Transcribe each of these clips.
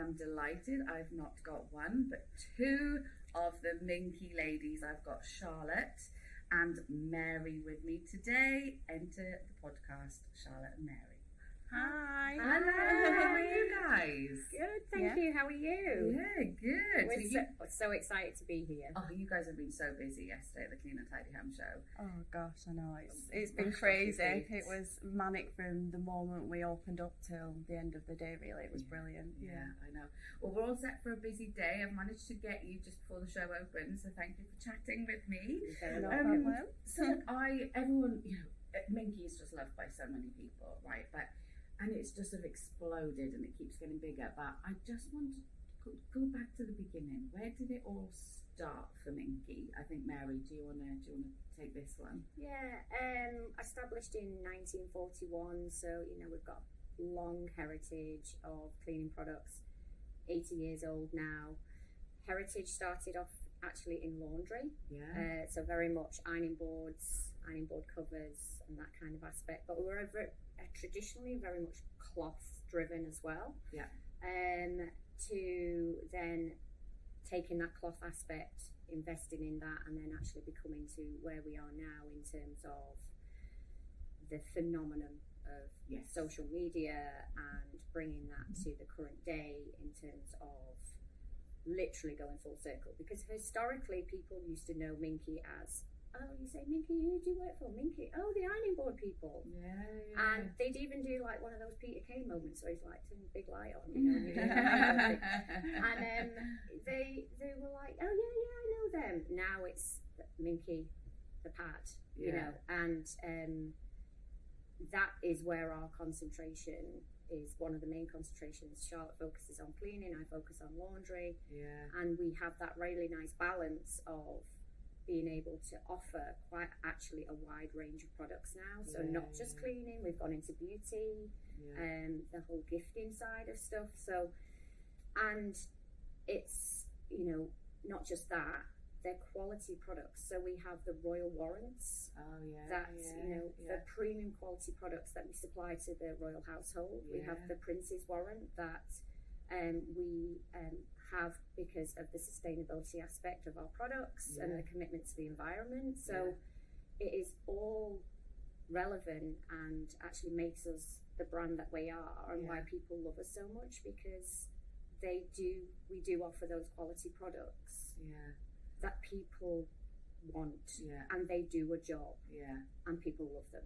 I'm delighted I've not got one, but two of the Minky ladies. I've got Charlotte and Mary with me today. Enter the podcast, Charlotte and Mary. Hi. Hello, how are you guys? Good, Yeah. thank you. How are you? Yeah, good. We're So so, you- so excited to be here. oh, you guys have been so busy yesterday at the Clean and Tidy Home show. Oh gosh, I know it's it's been Rush off your crazy. feet. It was manic from the moment we opened up till the end of the day. Really, it was Yeah. brilliant. Yeah, I know. Well, we're all set for a busy day. I've managed to get you just before the show opens, so thank you for chatting with me. no Um, problem. So I, everyone, you know, eh, Minky is just loved by so many people, right? But and it's just sort of exploded, and it keeps getting bigger. But I just want to go- go back to the beginning. Where did it all start for Minky? I think Mary, do you wanna do you wanna take this one? Yeah, um, established in 1941, so you know we've got long heritage of cleaning products. 80 years old now. Heritage started off actually in laundry, Yeah. uh, so very much ironing boards, ironing board covers, and that kind of aspect. But we were ever, uh, traditionally very much cloth driven as well. Yeah. Um, to then taking that cloth aspect, investing in that, and then actually becoming to where we are now in terms of the phenomenon of Yes. social media and bringing that to the current day in terms of literally going full circle because historically people used to know Minky as oh you say Minky who do you work for Minky oh the ironing board people Yeah. and they'd even do like one of those Peter Kay moments where he's like turning the big light on you know and and you do the thing. And, they they were like oh yeah yeah I know them now it's Minky the pad you know and um, that is where our concentration is one of the main concentrations charlotte focuses on cleaning i focus on laundry yeah, and we have that really nice balance of being able to offer quite actually a wide range of products now so Yeah, not just yeah. cleaning we've gone into beauty yeah, um, the whole gifting side of stuff. So, and it's, you know, not just that, they're quality products. So we have the Royal Warrants. oh yeah, That yeah, you know yeah. the premium quality products that we supply to the royal household. We have Yeah. the Prince's Warrant that um, we um, have because of the sustainability aspect of our products and Yeah. the commitment to the environment. So it is all relevant and actually makes us the brand that we are and why Yeah. people love us so much because they do we do offer those quality products yeah, that people want yeah, and they do a job yeah. and people love them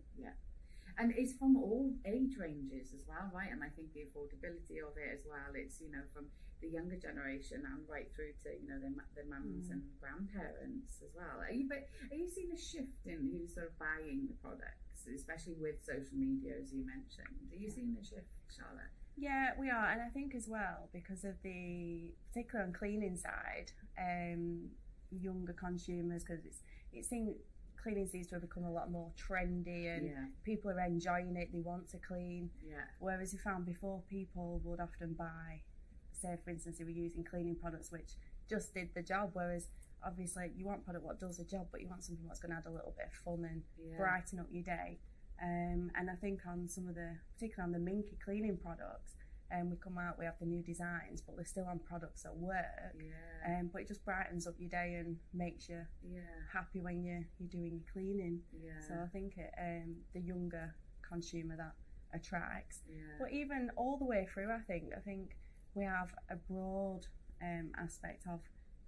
and it's from all age ranges as well, right? And I think the affordability of it as well. It's you know from the younger generation and right through to you know their ma- their mums Mm. and grandparents as well. Are you but are you seeing a shift in who's sort of buying the products, especially with social media as you mentioned? Are you seeing a shift, Charlotte? Yeah, we are, and I think as well because of the particularly on cleaning side, um, younger consumers because it's it seems cleaning seems to have become a lot more trendy and yeah, people are enjoying it. They want to clean, yeah, whereas we found before people would often buy, say for instance, they were using cleaning products which just did the job, whereas obviously you want product what does the job, but you want something that's going to add a little bit of fun and yeah. brighten up your day. Um, and I think on some of the, particularly on the Minky cleaning products, um, we come out, we have the new designs, but they're still on products that work. Yeah, Um, but it just brightens up your day and makes you yeah, happy when you're, you're doing your cleaning. yeah, So I think it, um, the younger consumer that attracts. yeah, But even all the way through, I think, I think we have a broad um, aspect of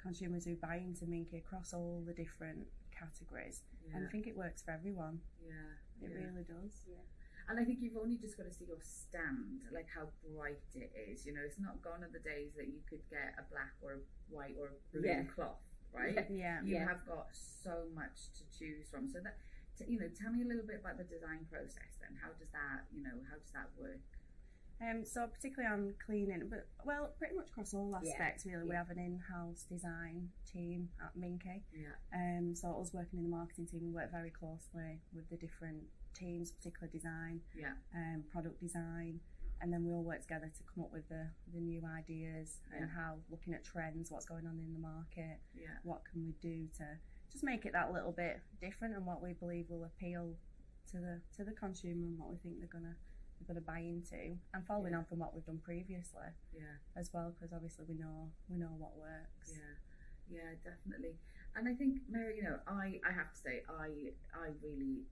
consumers who buy into Minky across all the different categories. And I yeah, think it works for everyone. yeah. It yeah. really does. And I think you've only just got to see your stand, like how bright it is. You know, it's not gone are the days that you could get a black or a white or a blue Yeah. cloth, right? Yeah. Yeah. You Yeah. have got so much to choose from. So that, t- you know, tell me a little bit about the design process then. How does that, you know, how does that work? Um, so particularly on cleaning, but well, pretty much across all Yeah. aspects really. We Yeah. have an in-house design team at Minky. Yeah, Um, so us working in the marketing team, we work very closely with the different teams, particular design, yeah, um, product design, and then we all work together to come up with the, the new ideas and Yeah. how looking at trends, what's going on in the market, yeah, what can we do to just make it that little bit different and what we believe will appeal to the to the consumer and what we think they're gonna going to buy into, and following Yeah. on from what we've done previously yeah. as well, because obviously we know we know what works. Yeah, yeah, definitely. And I think Mary, you know, I I have to say, I I really.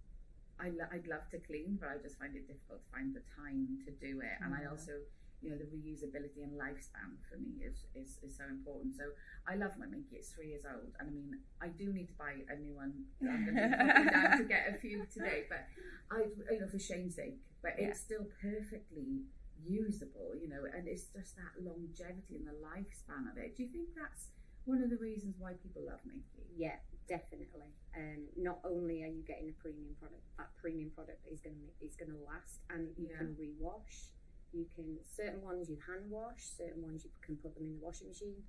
I lo- I'd love to clean, but I just find it difficult to find the time to do it. And I Yeah. also, you know, the reusability and lifespan for me is, is, is so important. So I love my Minky. It's three years old. And I mean, I do need to buy a new one. I'm going to be popping down to get a few today. But I, you know, for shame's sake, but Yeah. it's still perfectly usable, you know, and it's just that longevity and the lifespan of it. Do you think that's one of the reasons why people love Minky? Yeah, definitely. Um, not only are you getting a premium product, that premium product is going to is going to last, and you Yeah. can rewash. You can certain ones you hand wash, certain ones you can put them in the washing machine,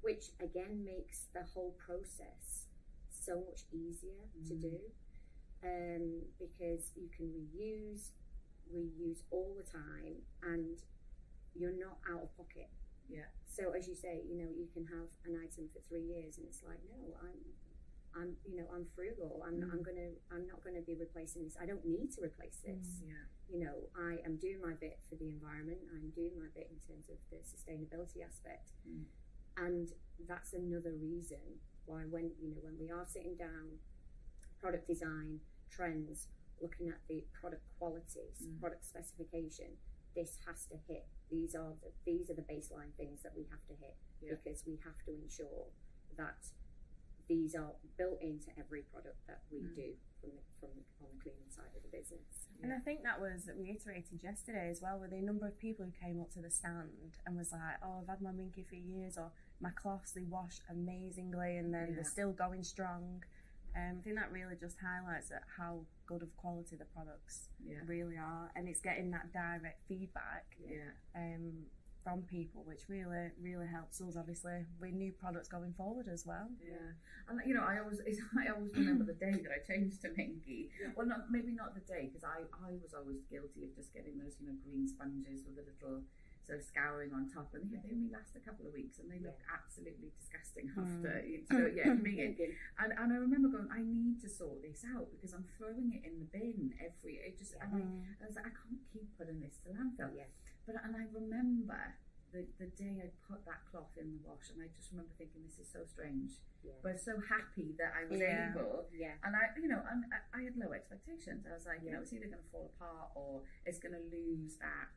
which again makes the whole process so much easier to Mm. do, um, because you can reuse, reuse all the time, and you're not out of pocket. Yeah. So as you say, you know, you can have an item for three years, and it's like, no, I'm, I'm, you know, I'm frugal. I'm, Mm. I'm gonna, I'm not gonna be replacing this. I don't need to replace this. Yeah. You know, I am doing my bit for the environment. I'm doing my bit in terms of the sustainability aspect, Mm. and that's another reason why when you know when we are sitting down, product design trends, looking at the product qualities, Mm. product specification, this has to hit. These are the, these are the baseline things that we have to hit Yeah. because we have to ensure that these are built into every product that we Mm. do from the, from the, on the cleaning side of the business. And I think that was reiterated yesterday as well, with the number of people who came up to the stand and was like, "Oh, I've had my minky for years," or "My cloths they wash amazingly, and then Yeah. they're still going strong." Um, I think that really just highlights that how good of quality the products Yeah. really are, and it's getting that direct feedback Yeah. um, from people, which really, really helps us. Obviously, with new products going forward as well. Yeah, and you know, I always, it's, I always remember the day that I changed to Minky. Well, not maybe not the day because I, I was always guilty of just getting those, you know, green sponges with a little sort of scouring on top, and yeah, Mm. they only last a couple of weeks, and they look absolutely disgusting after. So yeah, me and Thinking, and, and I remember going, I need to sort this out because I'm throwing it in the bin every. It just, and I, Mm. I was like, I can't keep putting this to landfill. Yeah. But and I remember the, the day I put that cloth in the wash, and I just remember thinking, this is so strange. Yeah. But so happy that I was Yeah. able. Yeah. And I, you know, and I- I had low expectations. I was like, you Yeah. know, it's either going to fall apart or it's going to lose that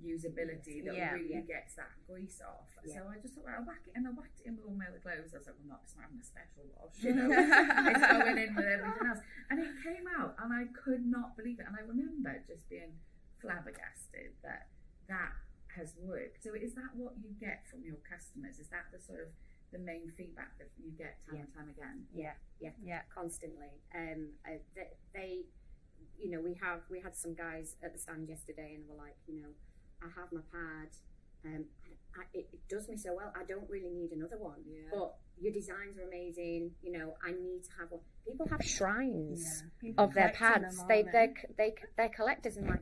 usability that Yeah. really Yeah. gets that grease off. Yeah. So I just thought, well, I'll whack it, and I whacked it in with all my other clothes. I was like, well, not, it's not having a special wash, you know. it's going in with everything else. And it came out, and I could not believe it. And I remember just being flabbergasted that that has worked. So is that what you get from your customers? Is that the sort of the main feedback that you get time and time again? yeah, Yeah. yeah, constantly. Um, uh, th- they, you know, we have we had some guys at the stand yesterday, and were like, you know, I have my pad. Um, I, it, it does me so well. I don't really need another one. Yeah. But your designs are amazing. You know, I need to have one. People have shrines yeah. of their Collecting pads. them, They aren't they they they're collectors and like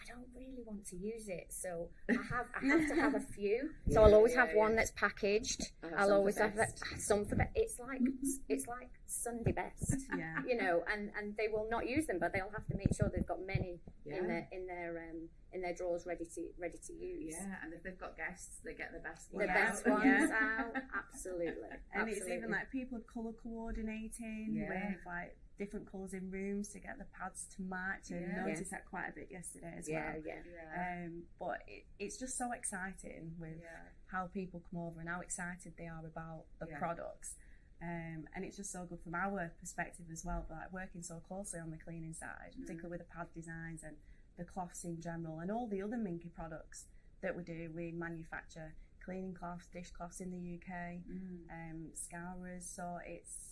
I don't really want to use it, so I have I have to have a few. So I'll always Yeah, have yeah. one that's packaged. I have some I'll for always have that, ah, best. some for best. It's like it's like Sunday best, yeah. you know. And and they will not use them, but they'll have to make sure they've got many Yeah. in their in their um in their drawers ready to ready to use. Yeah, and if they've got guests, they get the best The one. Yeah. best out. ones Yeah. out, absolutely. And absolutely. it's even like people are colour coordinating Yeah. with like different colours in rooms to get the pads to match. And Yeah. noticed that quite a bit yesterday as yeah, well. yeah, Yeah. Um, but it, it's just so exciting with Yeah. how people come over and how excited they are about the Yeah. products. Um, and it's just so good from our perspective as well, like working so closely on the cleaning side, Mm. particularly with the pad designs and the cloths in general, and all the other Minky products that we do. We manufacture cleaning cloths, dishcloths in the UK Mm. um, scourers. So it's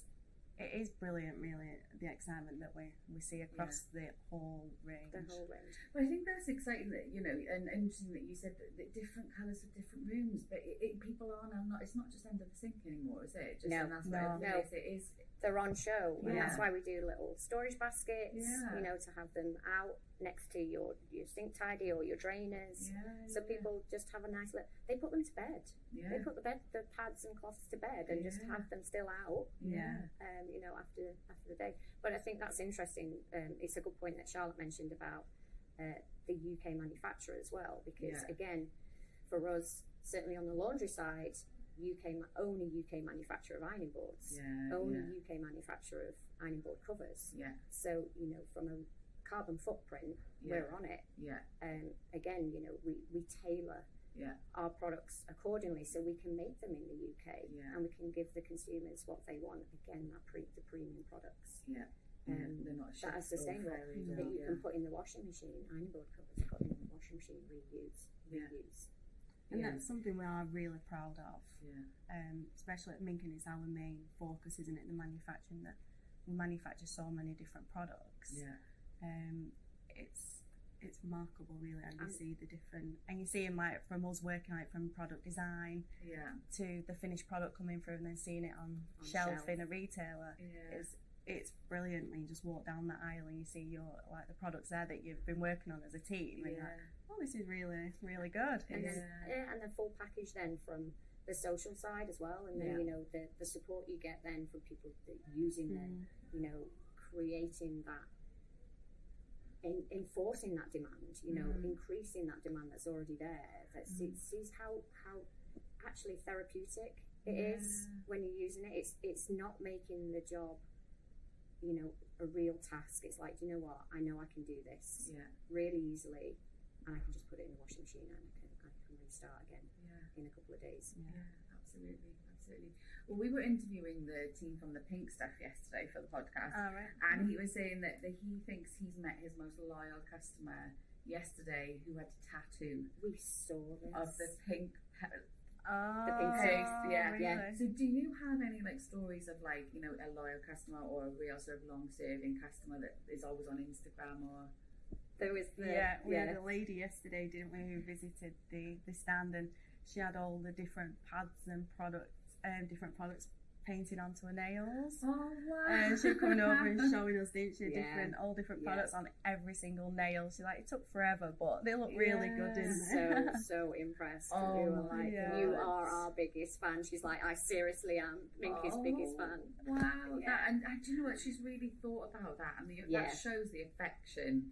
it is brilliant, really, the excitement that we, we see across the whole range. the whole range. Well, I think that's exciting that you know, and interesting that you said that, that different colours for different rooms, but it, it, people are now not. It's not just under the sink anymore, is it? Just No. and that's where No. it No. is. It is. they're on show, and Yeah. that's why we do little storage baskets. Yeah. You know, to have them out next to your your sink tidy or your drainers, Yeah. so people just have a nice look. They put them to bed. Yeah. They put the bed the pads and cloths to bed and just Yeah. have them still out. Yeah. Um, you know, after after the day. But I think that's interesting. Um, it's a good point that Charlotte mentioned about uh, the UK manufacturer as well, because Yeah. again, for us, certainly on the laundry side, UK ma- only UK manufacturer of ironing boards, Yeah, only yeah, UK manufacturer of ironing board covers. yeah, So you know, from a carbon footprint, yeah, we're on it. yeah, Um, again, you know, we we tailor yeah, our products accordingly so we can make them in the UK Yeah. and we can give the consumers what they want. Again, that pre- the premium products yeah. Um, They're not that are shipped or sustainable, ferried that or- that you yeah, can put in the washing machine. Ironing board covers put in the washing machine, reuse, yeah, reuse. And yeah, that's something we are really proud of, yeah, um, especially at Minkin. It's our main focus, isn't it? The manufacturing that we manufacture so many different products. yeah, Um, it's it's remarkable, really, and you And- see the different. And you see 'em, like from us working like from product design yeah, to the finished product coming through, and then seeing it on, On shelf, shelf. in a retailer. yeah. It's it's brilliant when you just walk down that aisle and you see your like the products there that you've been working on as a team, and you're like, Yeah, oh, this is really really good. And It's- then Yeah. yeah, and the full package then from the social side as well and then Yeah. you know the, the support you get then from people that using them Mm. you know, creating that, en- enforcing that demand, you know, Mhm. increasing that demand that's already there. That Mm. see- sees how how actually therapeutic it is Yeah. when you're using it. It's it's not making the job, you know, a real task. It's like, you know what? I know I can do this yeah, really easily, and I can just put it in the washing machine and I can I can restart again yeah. in a couple of days. Yeah, absolutely, absolutely. Well, we were interviewing the team from the Pink Stuff yesterday for the podcast, All right. and he was saying that, that he thinks he's met his most loyal customer yesterday who had a tattoo We saw this. of the pink. Pe- Oh, pink taste, yeah, really? yeah. so, do you have any like stories of like you know a loyal customer or a real sort of long-serving customer that is always on Instagram or there was the Yeah, we had a lady yesterday, didn't we, who visited the, the stand and she had all the different pads and products, um, different products painted onto her nails. oh And she was coming over and showing us, didn't she, Yeah. different, all different Yeah. products on every single nail. She like, it took forever, but they look really good, didn't so they? so impressed. Oh we were my like, God. you are our biggest fan. She's like, I seriously am Minky's biggest fan. Oh, Wow, that, Yeah. and, and do you know what? She's really thought about that, and the, Yeah. that shows the affection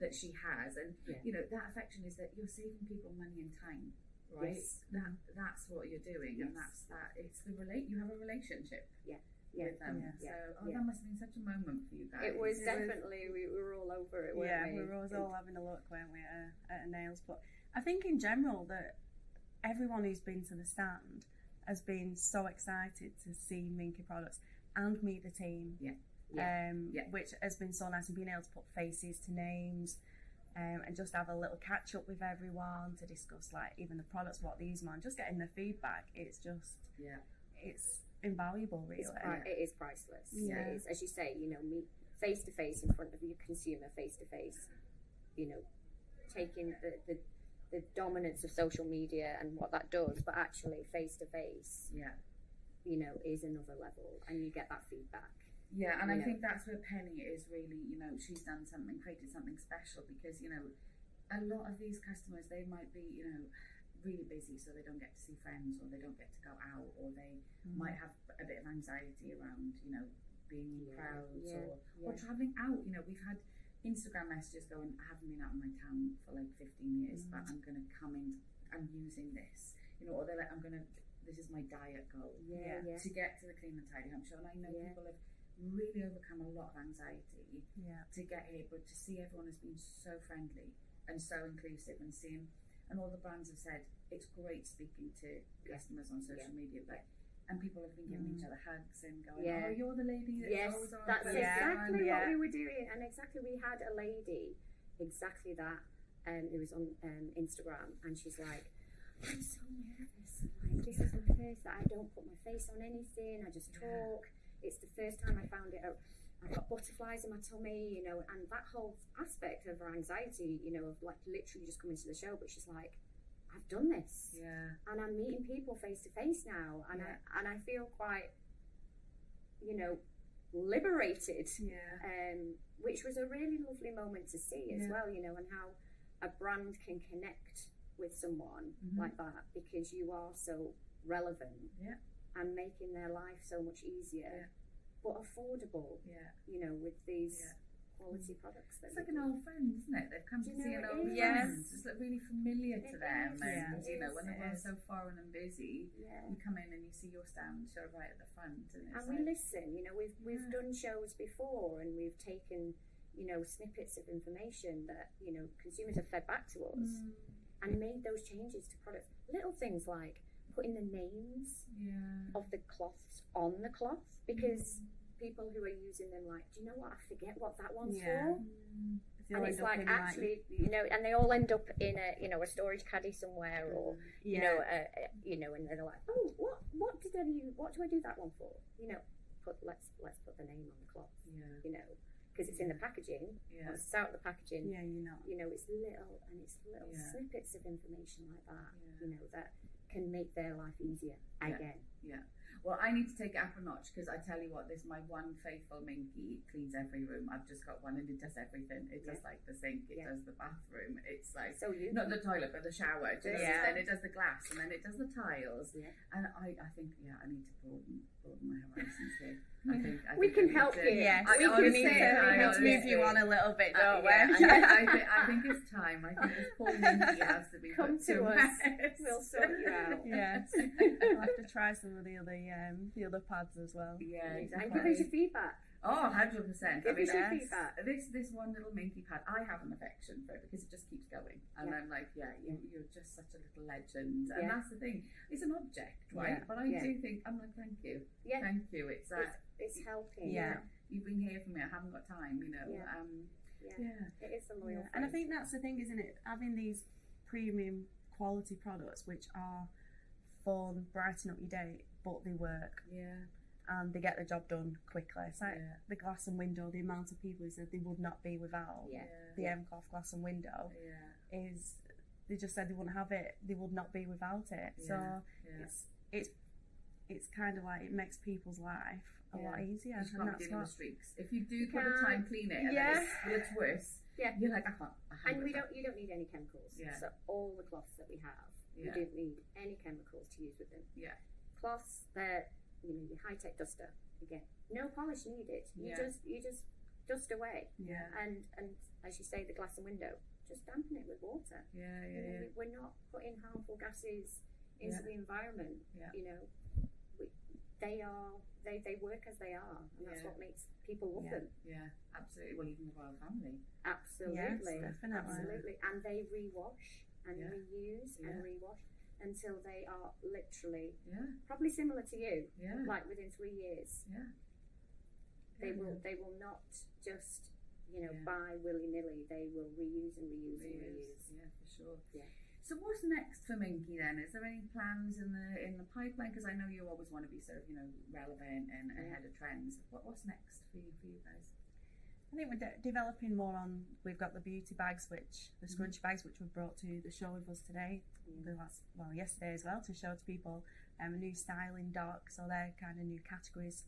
that she has. And Yeah. you know, that affection is that you're saving people money and time, Oh, right? Yes. That that's what you're doing, and Yes. that's that. It's the relate. You have a relationship Yeah. with them. Yeah. So, oh, Yeah. that must have been such a moment for you guys. It was It was- definitely we were all over it, weren't yeah, we? we were always all having a look, weren't we, at, her- at her nails. But I think in general that everyone who's been to the stand has been so excited to see Minky products and meet the team. Yeah. um, Yeah. which has been so nice and being able to put faces to names um, and just have a little catch up with everyone to discuss like even the products what these man just getting the feedback it's just Yeah. it's invaluable really It's pri- it is priceless. Yeah. It is, as you say, you know, meet face to face in front of your consumer, face to face. You know, taking the, the the dominance of social media and what that does, but actually face to face, Yeah. you know, is another level, and you get that feedback. Yeah, and I Yeah. think that's where Penny is really, you know, she's done something, created something special because, you know, a lot of these customers, they might be, you know, really busy, so they don't get to see friends or they don't get to go out or they Mm. Mm. might have a bit of anxiety around, you know, being in Yeah. crowds Yeah. or, or Yeah. traveling out. You know, we've had Instagram messages going, I haven't been out of my town for like 15 years, Mm. but I'm going to come in, I'm using this, you know, or they're like, I'm going to, this is my diet goal Yeah, yeah. to get to the clean and tidy home show. And I know Yeah. people have really overcome a lot of anxiety yeah to get here, but to see everyone has been so friendly and so inclusive and seeing, and all the brands have said it's great speaking to customers on social media, but. And people have been giving each other hugs and going, Mm. Yeah. "Oh, you're the lady that's Yes, always on." that's first Yeah. exactly time." what Yeah. we were doing, and exactly we had a lady, exactly that, um, who was on um, Instagram, and she's like, "I'm so nervous. Like this is my first. I don't put my face on anything. I just Yeah. talk. It's the first time I found it. out. I've got butterflies in my tummy, you know, and that whole aspect of her anxiety, you know, of like literally just coming to the show. But she's like, I've done this Yeah, and I'm meeting people face to face now, and I and I feel quite, you know, liberated. yeah Um, which was a really lovely moment to see as Yeah. well, you know, and how a brand can connect with someone Mhm. like that because you are so relevant Yeah. and making their life so much easier, Yeah. but affordable, yeah, you know, with these Yeah. quality products. That It's we like an can- old friend, isn't it? They've come Do to you see know an it old is? friend. Yes. It's like really familiar to It them. is, And, it you know, is, when the it world's is. so foreign and busy, yeah. you come in and you see your stand sort of right at the front. And it's and we like, listen. You know, we've we've Yeah. done shows before, and we've taken you know snippets of information that you know consumers have fed back to us, mm, and made those changes to products. Little things like putting the names yeah. of the cloths on the cloth because Mm. people who are using them like, do you know what? I forget what that one's Yeah. for. Mm, They and all it's end up like in, actually, you know, and they all end up in a you know a storage caddy somewhere Mm. or yeah, you know, uh, uh, you know, and they're like, oh, what, what did I use? What do I do that one for? You know, put let's let's put the name on the cloth, Yeah. you know, because it's in the packaging. Yeah. Once it's out of the packaging, yeah, you're not. you know, it's little and it's little Yeah. snippets of information like that, Yeah. you know, that can make their life easier Yeah. again. Well, I need to take it up a notch because I tell you what, this my one faithful Minky cleans every room. I've just got one and it does everything. It does like the sink, it Yeah. does the bathroom. It's like So you, not the toilet, but the shower. It does, Yeah. Then it does the glass, and then it does the tiles. Yeah. And I, I think, yeah, I need to broaden, broaden my horizons here. I think I We think can I need help to- you. Yes, I we can honestly- need I to, we need to move honestly- you on a little bit, Uh, don't yeah, I, we? think, I, think, I think it's time. I think this poor Minky has to be Come put to us. rest. we'll sort you out. yes, I'll have to try some of the other um, the other pads as well. Yeah, And give us definitely. your feedback. Oh, 100%. I mean, uh, Give us your that's- feedback. this this one little minky pad, I have an affection for it because it just keeps going, and Yeah. I'm like, yeah, you, you're just such a little legend, and Yeah. that's the thing. It's an object, right? Yeah. But I Yeah. do think I'm like, thank you, Yeah. thank you. It's that It's helping. Yeah. you've been here for me. I haven't got time, you know. Yeah. Um, Yeah. yeah, It is Yeah, a loyal And I friend. think that's the thing, isn't it? Having these premium quality products which are fun, brighten up your day, but they work yeah, and they get the job done quickly. It's like yeah, the glass and window, the amount of people who said they would not be without Yeah. the MCOF glass and window yeah, is they just said they wouldn't have it, they would not be without it. Yeah. So yeah. it's it's it's kind of like it makes people's life a lot Yeah. easier. you just and can't that's be dealing what, with streaks. If you do put the time Can't. clean it, and Yeah. then it's, it's worse. Yeah. you're like, I can't. I can't And with we that. don't. You don't need any chemicals. Yeah. So all the cloths that we have, you Yeah. don't need any chemicals to use with them. Yeah. Cloths, they're you know your high tech duster again. No polish needed. You Yeah. just you just dust away, Yeah, and and as you say, the glass and window, just dampen it with water. yeah, You yeah, know, yeah. we- We're not putting harmful gases into Yeah. the environment. Yeah. You know, we, they are they they work as they are, and that's Yeah. what makes people love Yeah. them. Yeah, absolutely. Well, even the royal family. Absolutely. Yes, definitely. Absolutely. And they rewash and Yeah. reuse and Yeah. rewash until they are literally Yeah, probably similar to you. yeah, Like within three years. yeah. They Yeah. will they will not just, you know, Yeah. buy willy nilly. They will reuse and reuse, and Reuse, reuse. yeah, for sure. Yeah. So what's next for Minky then? Is there any plans in the in the pipeline? Because I know you always want to be sort of you know relevant and Yeah. ahead of trends. What what's next for you for you guys? I think we're de- developing more on. We've got the beauty bags, which Mm-hmm. the scrunch bags, which we've brought to the show with us today, the last well yesterday as well, to show to people um, a new style in dark. So they're kind of new categories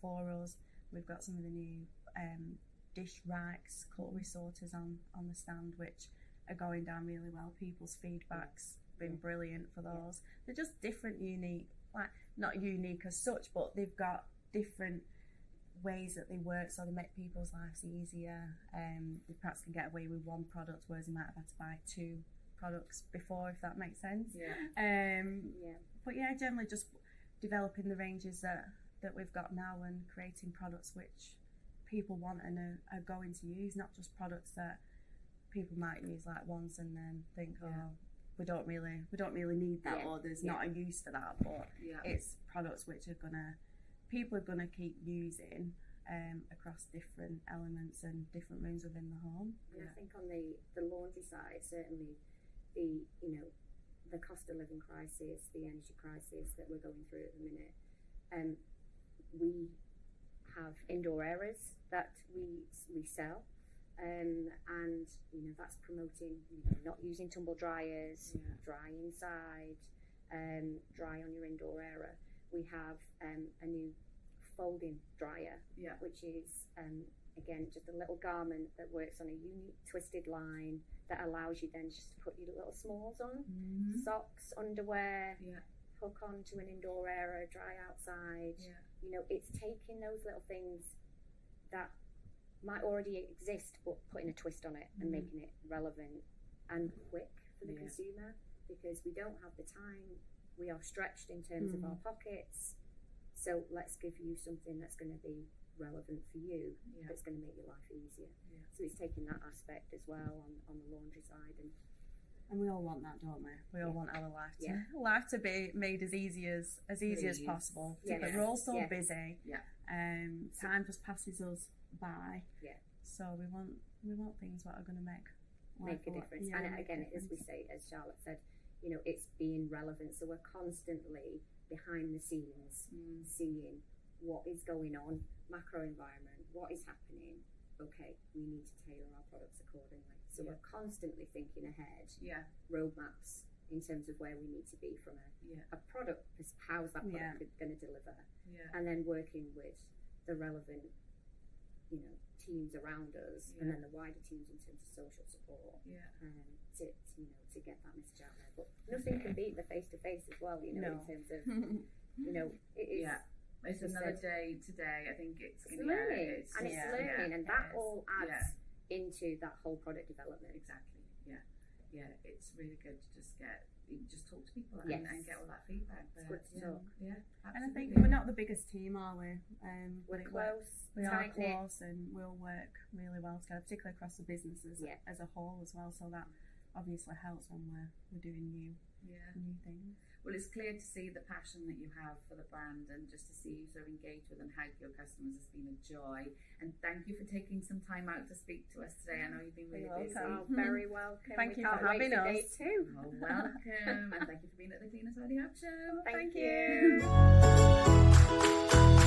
for us. We've got some of the new um, dish racks, cutlery sorters on on the stand, which are going down really well. People's feedbacks been Yeah. brilliant for Yeah. those. They're just different, unique, like not unique as such, but they've got different ways that they work so they make people's lives easier. Um, they perhaps can get away with one product, whereas they might have had to buy two products before, if that makes sense. Yeah, Um, Yeah. but yeah, generally just developing the ranges that, that we've got now and creating products which people want and are, are going to use, not just products that people might use like once and then think, Yeah. oh, we don't really we don't really need that Yeah. or there's Yeah. not a use for that. But yeah, it's products which are gonna people are gonna keep using um, across different elements and different rooms within the home. And Yeah. I think on the, the laundry side, certainly the you know the cost of living crisis, the energy crisis that we're going through at the minute, um, we have indoor areas that we we sell, um, and you know that's promoting you know, not using tumble dryers, yeah. dry inside, um, dry on your indoor area. We have um, a new folding dryer, Yeah. which is um, again just a little garment that works on a unique twisted line that allows you then just to put your little smalls on, Mhm. socks, underwear, Yeah, hook onto an indoor area, dry outside. yeah, You know, it's taking those little things that might already exist, but putting a twist on it and Mhm. making it relevant and quick for the Yeah. consumer because we don't have the time. We are stretched in terms of Mm. our pockets. So let's give you something that's going to be relevant for you, Yeah. that's going to make your life easier. Yeah. So it's taking that aspect as well on, on the laundry side and And we all want that, don't we? We all Yeah. want our life to Yeah. life to be made as easy as as easy as Please. possible. Yeah. But we're all so Yeah. busy. Yeah. Um, time just passes us by. Yeah. So we want we want things that are going to make make a life lot- difference. yeah, and make a again, as we difference. say, as Charlotte said, you know, it's being relevant. So we're constantly behind the scenes Mm. seeing what is going on, macro environment, what is happening. Okay, we need to tailor our products accordingly. So Yeah. we're constantly thinking ahead, Yeah. roadmaps in terms of where we need to be from a, Yeah. a product, pers- how's that Yeah. product going to deliver, Yeah. and then working with the relevant, you know, teams around us, and Yeah. then the wider teams in terms of social support Yeah. um, to, to you know to get that message out there. But nothing can beat the face to face as well. You know, No. in terms of you know it is. Yeah. It's Just another said- day today. I think it's It's yeah, learning, it's and it's just- yeah, learning, and it that is. all adds into that whole product development. Exactly. Yeah. Yeah. It's really good to just get you just talk to people and, Yes. and get all that feedback. but, It's good to yeah. talk. Yeah. And I think absolutely. we're not the biggest team, are we? Um, We're but we're- close, We are tight knit. close, and we'll work really well together, particularly across the businesses Yeah. as a whole as well. So that obviously helps when we're we're doing new Yeah. new things. Well, it's clear to see the passion that you have for the brand and just to see you so engaged with and help your customers has been a joy. And thank you for taking some time out to speak to us today. I know you've been really You're busy. welcome. Oh, very welcome. Mm-hmm. Thank we you can't for wait having for day us. two. Well, welcome, and thank you for being at the Cleaners Ready Up Show. Thank Thank you. you.